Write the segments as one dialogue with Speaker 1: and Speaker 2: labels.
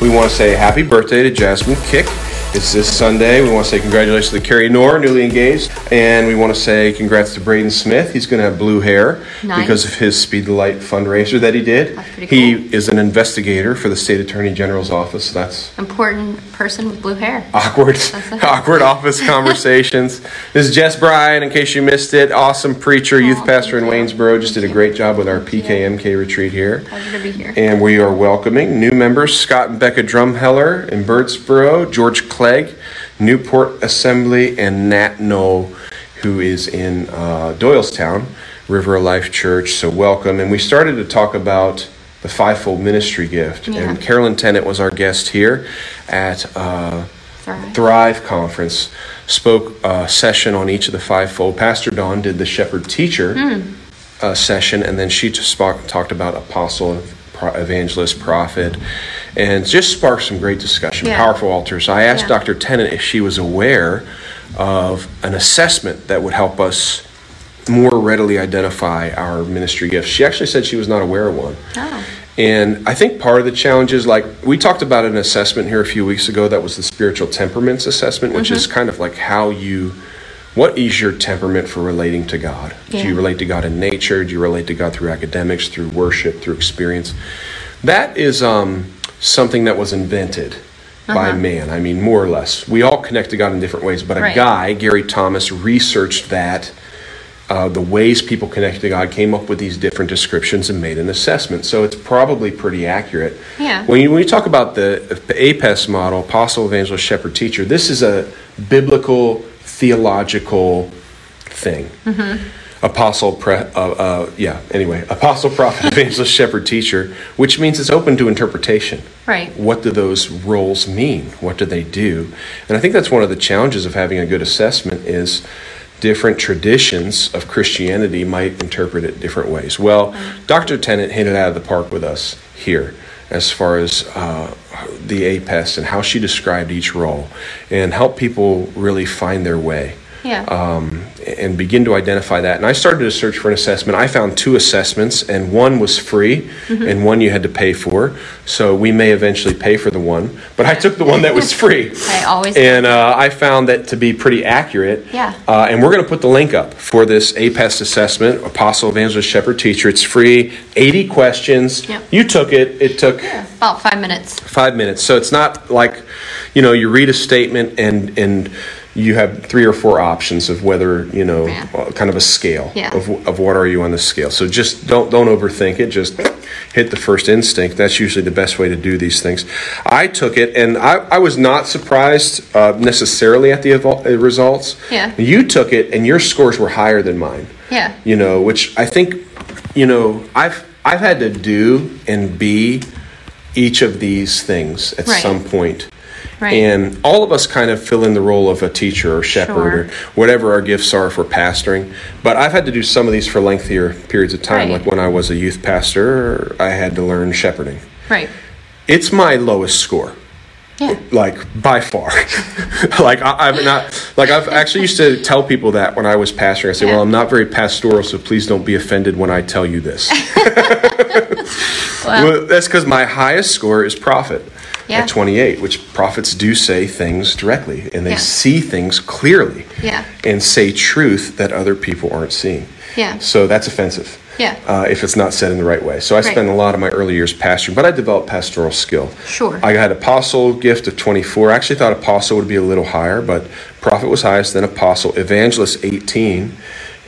Speaker 1: We want to say happy birthday to Jasmine Kick. It's this Sunday. We want to say congratulations to Carrie Knorr, newly engaged. And we want to say congrats to Braden Smith. He's going to have blue hair
Speaker 2: Nice.
Speaker 1: because of his Speed the Light fundraiser that he did.
Speaker 2: That's pretty
Speaker 1: he
Speaker 2: cool.
Speaker 1: is an investigator for the state attorney general's office. That's
Speaker 2: Important person with blue hair.
Speaker 1: awkward,
Speaker 2: That's-
Speaker 1: awkward office conversations. This is Jess Bryan, in case you missed it. Awesome preacher, youth
Speaker 2: Aw,
Speaker 1: pastor in
Speaker 2: thank you.
Speaker 1: Waynesboro. Just did a
Speaker 2: Thank
Speaker 1: great job with our
Speaker 2: Thank you.
Speaker 1: PKMK retreat here.
Speaker 2: Pleasure to be here.
Speaker 1: And we are welcoming new members Scott and Becca Drumheller in Birdsboro, George Clegg, Newport Assembly, and Nat Knoll, who is in uh, Doylestown, River of Life Church. So welcome. And we started to talk about the fivefold ministry gift.
Speaker 2: Yeah.
Speaker 1: And Carolyn Tennant was our guest here at. Uh,
Speaker 2: Thrive.
Speaker 1: Thrive Conference spoke a session on each of the fivefold. Pastor Dawn did the shepherd teacher
Speaker 2: Hmm.
Speaker 1: uh, session, and then she just spoke, talked about apostle, pro- evangelist, prophet, and just sparked some great discussion,
Speaker 2: Yeah.
Speaker 1: powerful altars. I asked
Speaker 2: Yeah.
Speaker 1: Dr. Tennant if she was aware of an assessment that would help us more readily identify our ministry gifts. She actually said she was not aware of one.
Speaker 2: Oh.
Speaker 1: And I think part of the challenge is like we talked about an assessment here a few weeks ago that was the spiritual temperaments assessment, which
Speaker 2: Mm-hmm.
Speaker 1: is kind of like how you what is your temperament for relating to God? Do you
Speaker 2: Yeah.
Speaker 1: relate to God in nature? Do you relate to God through academics, through worship, through experience? That is um, something that was invented by man. I mean, more or less. We all connect to God in different ways, but a
Speaker 2: Uh-huh. Right.
Speaker 1: guy, Gary Thomas, researched that uh, the ways people connect to God came up with these different descriptions and made an assessment. So it's probably pretty accurate.
Speaker 2: Yeah.
Speaker 1: When you, when you talk about the, the APES model, apostle, evangelist, shepherd, teacher, this is a biblical, theological thing.
Speaker 2: Mm-hmm.
Speaker 1: Apostle, pre, uh, uh, yeah, anyway, apostle, prophet, evangelist, shepherd, teacher, which means it's open to interpretation
Speaker 2: Right.
Speaker 1: what do those roles mean what do they do and i think that's one of the challenges of having a good assessment is different traditions of christianity might interpret it different ways well dr tennant hit it out of the park with us here as far as uh, the apes and how she described each role and helped people really find their way
Speaker 2: Yeah.
Speaker 1: um, and begin to identify that. And I started to search for an assessment. I found two assessments, and one was free,
Speaker 2: Mm-hmm.
Speaker 1: and one you had to pay for. So we may eventually pay for the one, but I took the one that was free.
Speaker 2: I always do.
Speaker 1: and uh, I found that to be pretty accurate.
Speaker 2: Yeah.
Speaker 1: Uh, and we're going to put the link up for this APES assessment, Apostle Evangelist Shepherd Teacher. It's free, 80 questions.
Speaker 2: Yep.
Speaker 1: You took it. It took
Speaker 2: About five minutes.
Speaker 1: five minutes. So it's not like, you know, you read a statement and and you have three or four options of whether you know,
Speaker 2: Yeah.
Speaker 1: uh, kind of a scale
Speaker 2: Yeah.
Speaker 1: of of what are you on the scale. So just don't don't overthink it. Just hit the first instinct. That's usually the best way to do these things. I took it and I, I was not surprised uh, necessarily at the evol- uh, results.
Speaker 2: Yeah.
Speaker 1: You took it and your scores were higher than mine
Speaker 2: Yeah.
Speaker 1: you know which i think you know i've i've had to do and be each of these things at
Speaker 2: Right.
Speaker 1: some point
Speaker 2: Right.
Speaker 1: and all of us kind of fill in the role of a teacher or shepherd or
Speaker 2: Sure.
Speaker 1: whatever our gifts are for pastoring but i've had to do some of these for lengthier periods of time
Speaker 2: Right.
Speaker 1: like when i was a youth pastor i had to learn shepherding
Speaker 2: Right.
Speaker 1: it's my lowest score
Speaker 2: Yeah.
Speaker 1: like by far like I, i've not like i've actually used to tell people that when i was pastoring i say well
Speaker 2: Yeah.
Speaker 1: i'm not very pastoral so please don't be offended when i tell you this well, that's because my highest score is prophet
Speaker 2: Yeah.
Speaker 1: at 28 which prophets do say things directly and they
Speaker 2: Yeah.
Speaker 1: see things clearly
Speaker 2: Yeah.
Speaker 1: and say truth that other people aren't seeing
Speaker 2: Yeah.
Speaker 1: so that's offensive
Speaker 2: Yeah.
Speaker 1: uh, if it's not said in the right way so i
Speaker 2: Right.
Speaker 1: spent a lot of my early years pastoring but i developed pastoral skill
Speaker 2: Sure.
Speaker 1: i I had apostle gift of 24. I actually thought apostle would be a little higher, but prophet was highest, then apostle, evangelist 18.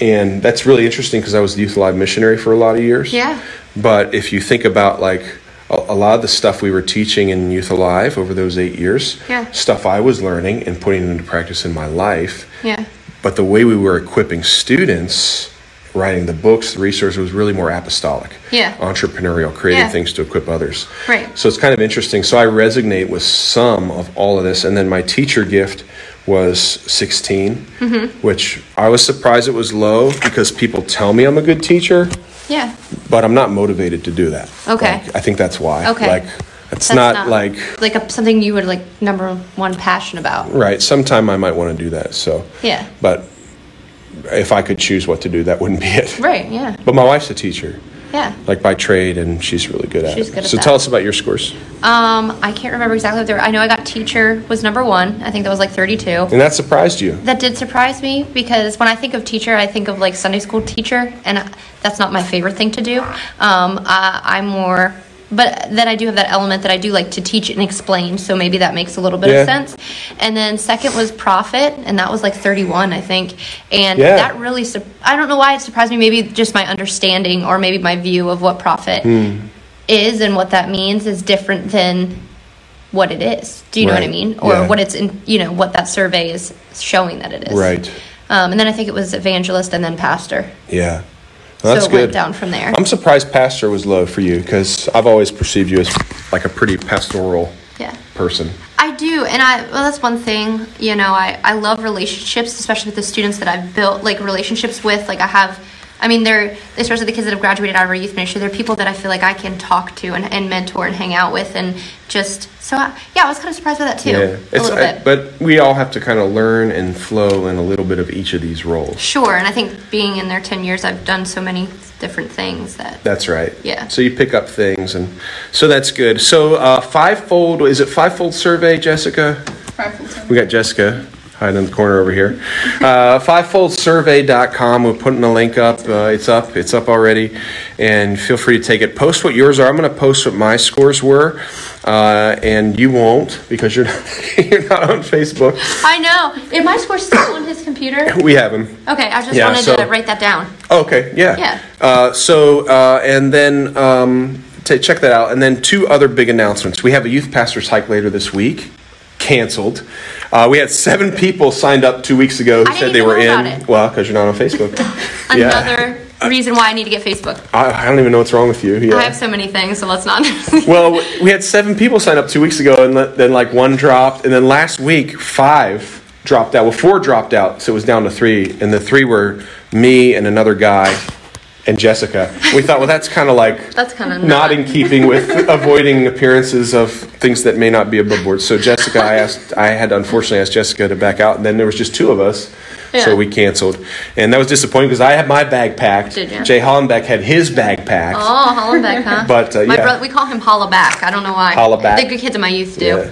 Speaker 1: And that's really interesting because I was the youth alive missionary for a lot of years.
Speaker 2: Yeah.
Speaker 1: But if you think about like a, a lot of the stuff we were teaching in youth alive over those eight years,
Speaker 2: Yeah.
Speaker 1: stuff I was learning and putting into practice in my life,
Speaker 2: Yeah.
Speaker 1: but the way we were equipping students, writing the books, the resources was really more apostolic,
Speaker 2: Yeah.
Speaker 1: entrepreneurial, creating
Speaker 2: Yeah.
Speaker 1: things to equip others.
Speaker 2: Right.
Speaker 1: So it's kind of interesting. So I resonate with some of all of this, and then my teacher gift was 16,
Speaker 2: Mm-hmm.
Speaker 1: which I was surprised it was low because people tell me I'm a good teacher,
Speaker 2: Yeah.
Speaker 1: but I'm not motivated to do that.
Speaker 2: Okay.
Speaker 1: Like, I think that's why.
Speaker 2: Okay.
Speaker 1: Like it's not, like
Speaker 2: like a, something you would like number one passion about.
Speaker 1: right. Sometime I might want to do that. So
Speaker 2: Yeah.
Speaker 1: but if I could choose what to do, that wouldn't be it.
Speaker 2: Right. Yeah.
Speaker 1: But my wife's a teacher.
Speaker 2: Yeah.
Speaker 1: like by trade, and she's really good at
Speaker 2: She's
Speaker 1: it.
Speaker 2: good at
Speaker 1: so
Speaker 2: that.
Speaker 1: tell us about your scores,
Speaker 2: Um, I can't remember exactly what they were. I know I got teacher was number one. I think that was like 32.
Speaker 1: and that surprised you.
Speaker 2: That did surprise me because when I think of teacher, I think of like Sunday school teacher, and that's not my favorite thing to do. Um, I, I'm more, but then I do have that element that I do like to teach and explain, so maybe that makes a little bit
Speaker 1: Yeah.
Speaker 2: of sense. And then second was profit, and that was like 31, I think. And
Speaker 1: Yeah.
Speaker 2: that really, sur- I don't know why it surprised me, maybe just my understanding or maybe my view of what profit
Speaker 1: Hmm.
Speaker 2: is and what that means is different than what it is. Do you know what I
Speaker 1: Right.
Speaker 2: mean? Or
Speaker 1: Yeah.
Speaker 2: what it's in, you know, what that survey is showing that it is.
Speaker 1: Right.
Speaker 2: Um, and then I think it was evangelist and then pastor.
Speaker 1: Yeah, Well, that's
Speaker 2: so it
Speaker 1: good.
Speaker 2: went down from there.
Speaker 1: I'm surprised pastor was low for you because I've always perceived you as like a pretty pastoral
Speaker 2: Yeah.
Speaker 1: person.
Speaker 2: I do, and I well, that's one thing. You know, I I love relationships, especially with the students that I've built like relationships with. Like I have, I mean, they're especially the kids that have graduated out of our youth ministry. They're people that I feel like I can talk to and, and mentor and hang out with, and just so I, yeah, I was kind of surprised by that too, a
Speaker 1: it's
Speaker 2: little
Speaker 1: I-
Speaker 2: bit.
Speaker 1: but we all have to kind of learn and flow in a little bit of each of these roles.
Speaker 2: sure, and I think being in there ten years, I've done so many different things that
Speaker 1: That's right.
Speaker 2: Yeah.
Speaker 1: So you pick up things, and so that's good. So uh, fivefold is it fivefold survey, Jessica? We got Jessica hiding in the corner over here. Uh, fivefoldsurvey.com. We're putting the link up. Uh, it's up. It's up already. And feel free to take it. Post what yours are. I'm going to post what my scores were. Uh, and you won't because you're not, you're not on Facebook.
Speaker 2: I know. Is my score still on his computer?
Speaker 1: We have them.
Speaker 2: Okay, I just
Speaker 1: Yeah,
Speaker 2: wanted
Speaker 1: so-
Speaker 2: to write that down.
Speaker 1: Oh, Okay, yeah.
Speaker 2: Yeah.
Speaker 1: Uh, so, uh, and then um, t- check that out. And then two other big announcements. We have a youth pastor's hike later this week, canceled. Uh, we had seven people signed up two weeks ago who
Speaker 2: I
Speaker 1: said
Speaker 2: didn't
Speaker 1: they
Speaker 2: even
Speaker 1: were
Speaker 2: know
Speaker 1: in.
Speaker 2: about it.
Speaker 1: Well, because you're not on Facebook. Yeah.
Speaker 2: Another reason why I need to get Facebook.
Speaker 1: I, I don't even know what's wrong with you. Yeah.
Speaker 2: I have so many things, so let's not.
Speaker 1: well, w- we had seven people sign up two weeks ago, and le- then like one dropped, and then last week five dropped out. Well, four dropped out, so it was down to three, and the three were me and another guy and Jessica. We thought, well, that's kind of like
Speaker 2: That's kinda
Speaker 1: not
Speaker 2: not-
Speaker 1: in keeping with avoiding appearances of things that may not be above board. So Jessica, I asked, I had to unfortunately asked Jessica to back out, and then there was just two of us.
Speaker 2: Yeah.
Speaker 1: So we canceled, and that was disappointing because I had my bag packed.
Speaker 2: Did ya?
Speaker 1: Jay Hollenbeck had his bag packed.
Speaker 2: oh, Hollenbeck, huh?
Speaker 1: But, uh,
Speaker 2: my
Speaker 1: yeah.
Speaker 2: brother, we call him Holla Back. I don't know why.
Speaker 1: Holla Back.
Speaker 2: The good kids in my youth do.
Speaker 1: Yeah.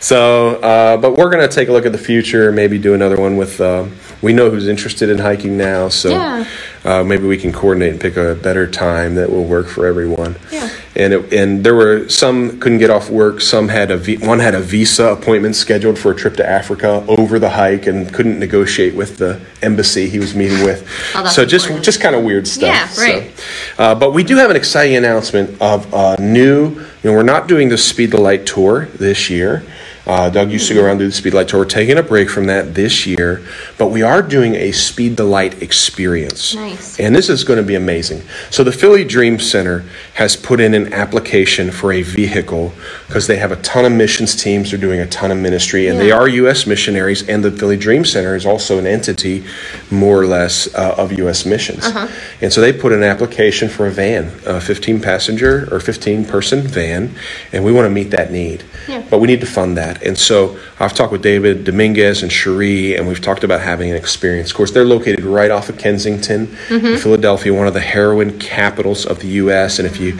Speaker 1: So, uh, but we're going to take a look at the future. Maybe do another one with. Um, we know who's interested in hiking now, so
Speaker 2: Yeah.
Speaker 1: uh, maybe we can coordinate and pick a better time that will work for everyone.
Speaker 2: Yeah.
Speaker 1: And it, and there were some couldn't get off work. Some had a vi- one had a visa appointment scheduled for a trip to Africa over the hike and couldn't negotiate with the embassy he was meeting with.
Speaker 2: Oh, that's
Speaker 1: so just
Speaker 2: important.
Speaker 1: just kind of weird stuff.
Speaker 2: Yeah,
Speaker 1: so.
Speaker 2: right.
Speaker 1: Uh, but we do have an exciting announcement of a new, you know, we're not doing the Speed the Light tour this year. Uh, Doug used to go around and do the Speed the Light tour. We're taking a break from that this year, but we are doing a Speed the Light experience.
Speaker 2: Nice.
Speaker 1: And this is going to be amazing. So, the Philly Dream Center has put in an application for a vehicle because they have a ton of missions teams. They're doing a ton of ministry, and they
Speaker 2: Yeah.
Speaker 1: are U.S. missionaries. And the Philly Dream Center is also an entity, more or less, uh, of U.S. missions.
Speaker 2: Uh-huh.
Speaker 1: And so they put in an application for a van, a 15 passenger or 15 person van, and we want to meet that need.
Speaker 2: Yeah.
Speaker 1: But we need to fund that. And so I've talked with David Dominguez and Cherie, and we've talked about having an experience. Of course, they're located right off of Kensington, in Philadelphia, one of the heroin capitals of the U.S. And if you,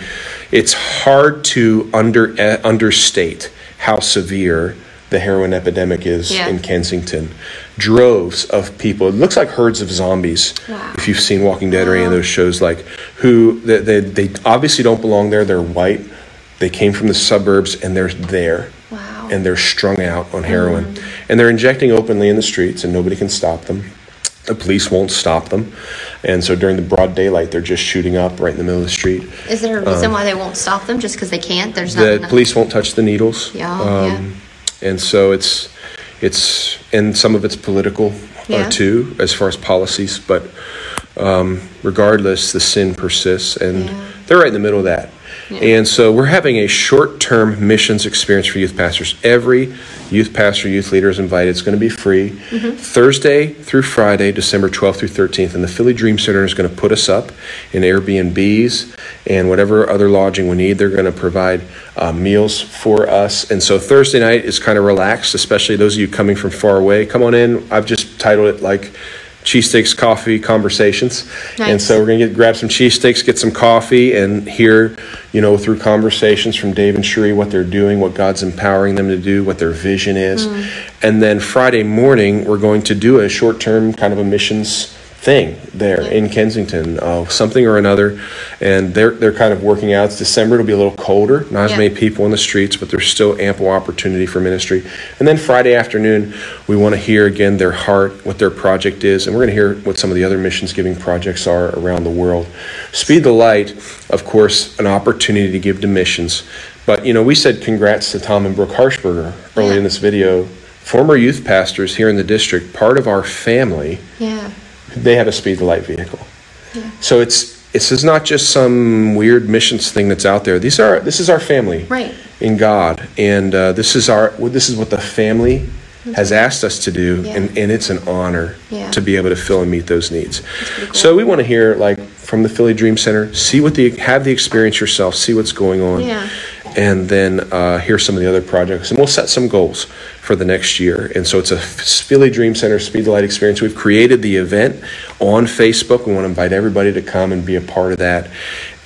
Speaker 1: it's hard to under eh, understate how severe the heroin epidemic is
Speaker 2: Yeah.
Speaker 1: in Kensington. Droves of people. It looks like herds of zombies.
Speaker 2: Wow.
Speaker 1: If you've seen Walking Dead or any of those shows, like who they, they, they obviously don't belong there. They're white. They came from the suburbs and they're there.
Speaker 2: Wow. Mm-hmm.
Speaker 1: And they're strung out on heroin. And they're injecting openly in the streets and nobody can stop them. The police won't stop them. And so during the broad daylight, they're just shooting up right in the middle of the street.
Speaker 2: Is there a reason why they won't stop them just because they can't? There's not.
Speaker 1: Uh, The
Speaker 2: enough-
Speaker 1: police won't touch the needles. Um,
Speaker 2: Yeah,
Speaker 1: And so it's, it's, and some of it's political uh,
Speaker 2: Yeah.
Speaker 1: too, as far as policies. But um, regardless, the sin persists, and
Speaker 2: Yeah.
Speaker 1: they're right in the middle of that. And so we're having a short-term missions experience for youth pastors. Every youth pastor, youth leader is invited. It's going to be free Thursday through Friday, December 12th through 13th. And the Philly Dream Center is going to put us up in Airbnbs and whatever other lodging we need. They're going to provide uh, meals for us. And so Thursday night is kind of relaxed, especially those of you coming from far away. Come on in. I've just titled it like cheesesteaks, coffee conversations. And
Speaker 2: Nice.
Speaker 1: so we're going to get grab some cheesesteaks, get some coffee, and hear, you know, through conversations from Dave and Sheree what they're doing, what God's empowering them to do, what their vision is. And then Friday morning, we're going to do a short term kind of a missions thing there in Kensington, uh, something or another. And they're, they're kind of working out. It's December, it'll be a little colder, not as
Speaker 2: Yeah.
Speaker 1: many people in the streets, but there's still ample opportunity for ministry. And then Friday afternoon, we want to hear again their heart, what their project is, and we're going to hear what some of the other missions giving projects are around the world. Speed the Light, of course, an opportunity to give to missions. But, you know, we said congrats to Tom and Brooke Harshberger early
Speaker 2: Yeah.
Speaker 1: in this video. Former youth pastors here in the district, part of our family
Speaker 2: Yeah.
Speaker 1: they have a speed to light vehicle. So it's this is not just some weird missions thing that's out there. These are this is our family,
Speaker 2: Right.
Speaker 1: In God, and uh, this is our well, this is what the family has asked us to do,
Speaker 2: Mm-hmm. Yeah.
Speaker 1: and, and it's an honor
Speaker 2: Yeah.
Speaker 1: to be able to fill and meet those needs.
Speaker 2: pretty cool.
Speaker 1: So we want to hear like from the Philly Dream Center, see what the have the experience yourself, see what's going on,
Speaker 2: Yeah.
Speaker 1: and then uh, hear some of the other projects. And we'll set some goals for the next year. And so it's a Philly Dream Center Speed the Light experience. We've created the event on Facebook. We want to invite everybody to come and be a part of that.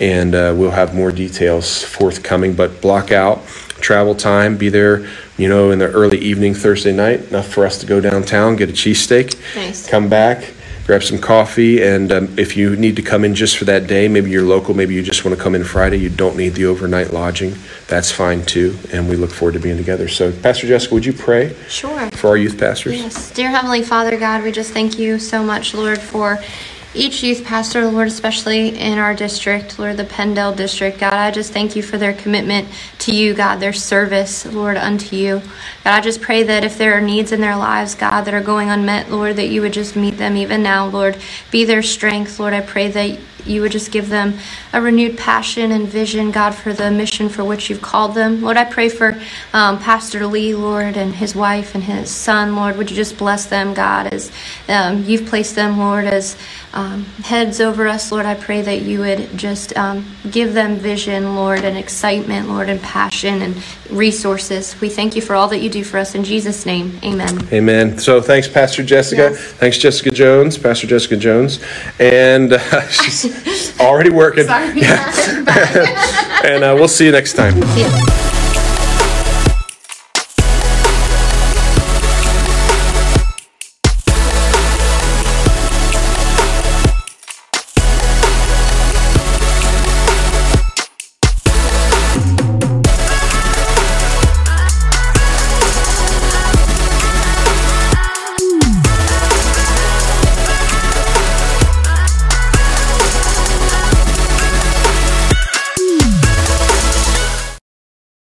Speaker 1: And uh, we'll have more details forthcoming. But block out travel time, be there, you know, in the early evening Thursday night, enough for us to go downtown, get a cheesesteak,
Speaker 2: Nice.
Speaker 1: come back. Grab some coffee, and um, if you need to come in just for that day, maybe you're local, maybe you just want to come in Friday, you don't need the overnight lodging, that's fine too, and we look forward to being together. So, Pastor Jessica, would you pray
Speaker 2: Sure.
Speaker 1: for our youth pastors?
Speaker 2: Yes. Dear Heavenly Father, God, we just thank you so much, Lord, for each youth pastor, Lord, especially in our district, Lord, the Pendel district. God, I just thank you for their commitment to you, God, their service, Lord, unto you. God, I just pray that if there are needs in their lives, God, that are going unmet, Lord, that you would just meet them even now, Lord. Be their strength, Lord. I pray that you would just give them a renewed passion and vision, God, for the mission for which you've called them. Lord, I pray for um, Pastor Lee, Lord, and his wife and his son, Lord. Would you just bless them, God, as um, you've placed them, Lord, as um, heads over us, Lord. I pray that you would just um, give them vision, Lord, and excitement, Lord, and passion and resources. We thank you for all that you do for us. In Jesus' name, amen.
Speaker 1: Amen. So, thanks, Pastor Jessica.
Speaker 2: Yes.
Speaker 1: Thanks, Jessica Jones, Pastor Jessica Jones. And uh, she's already working.
Speaker 2: Sorry. Bye.
Speaker 1: And uh, we'll see you next time.
Speaker 2: Yeah.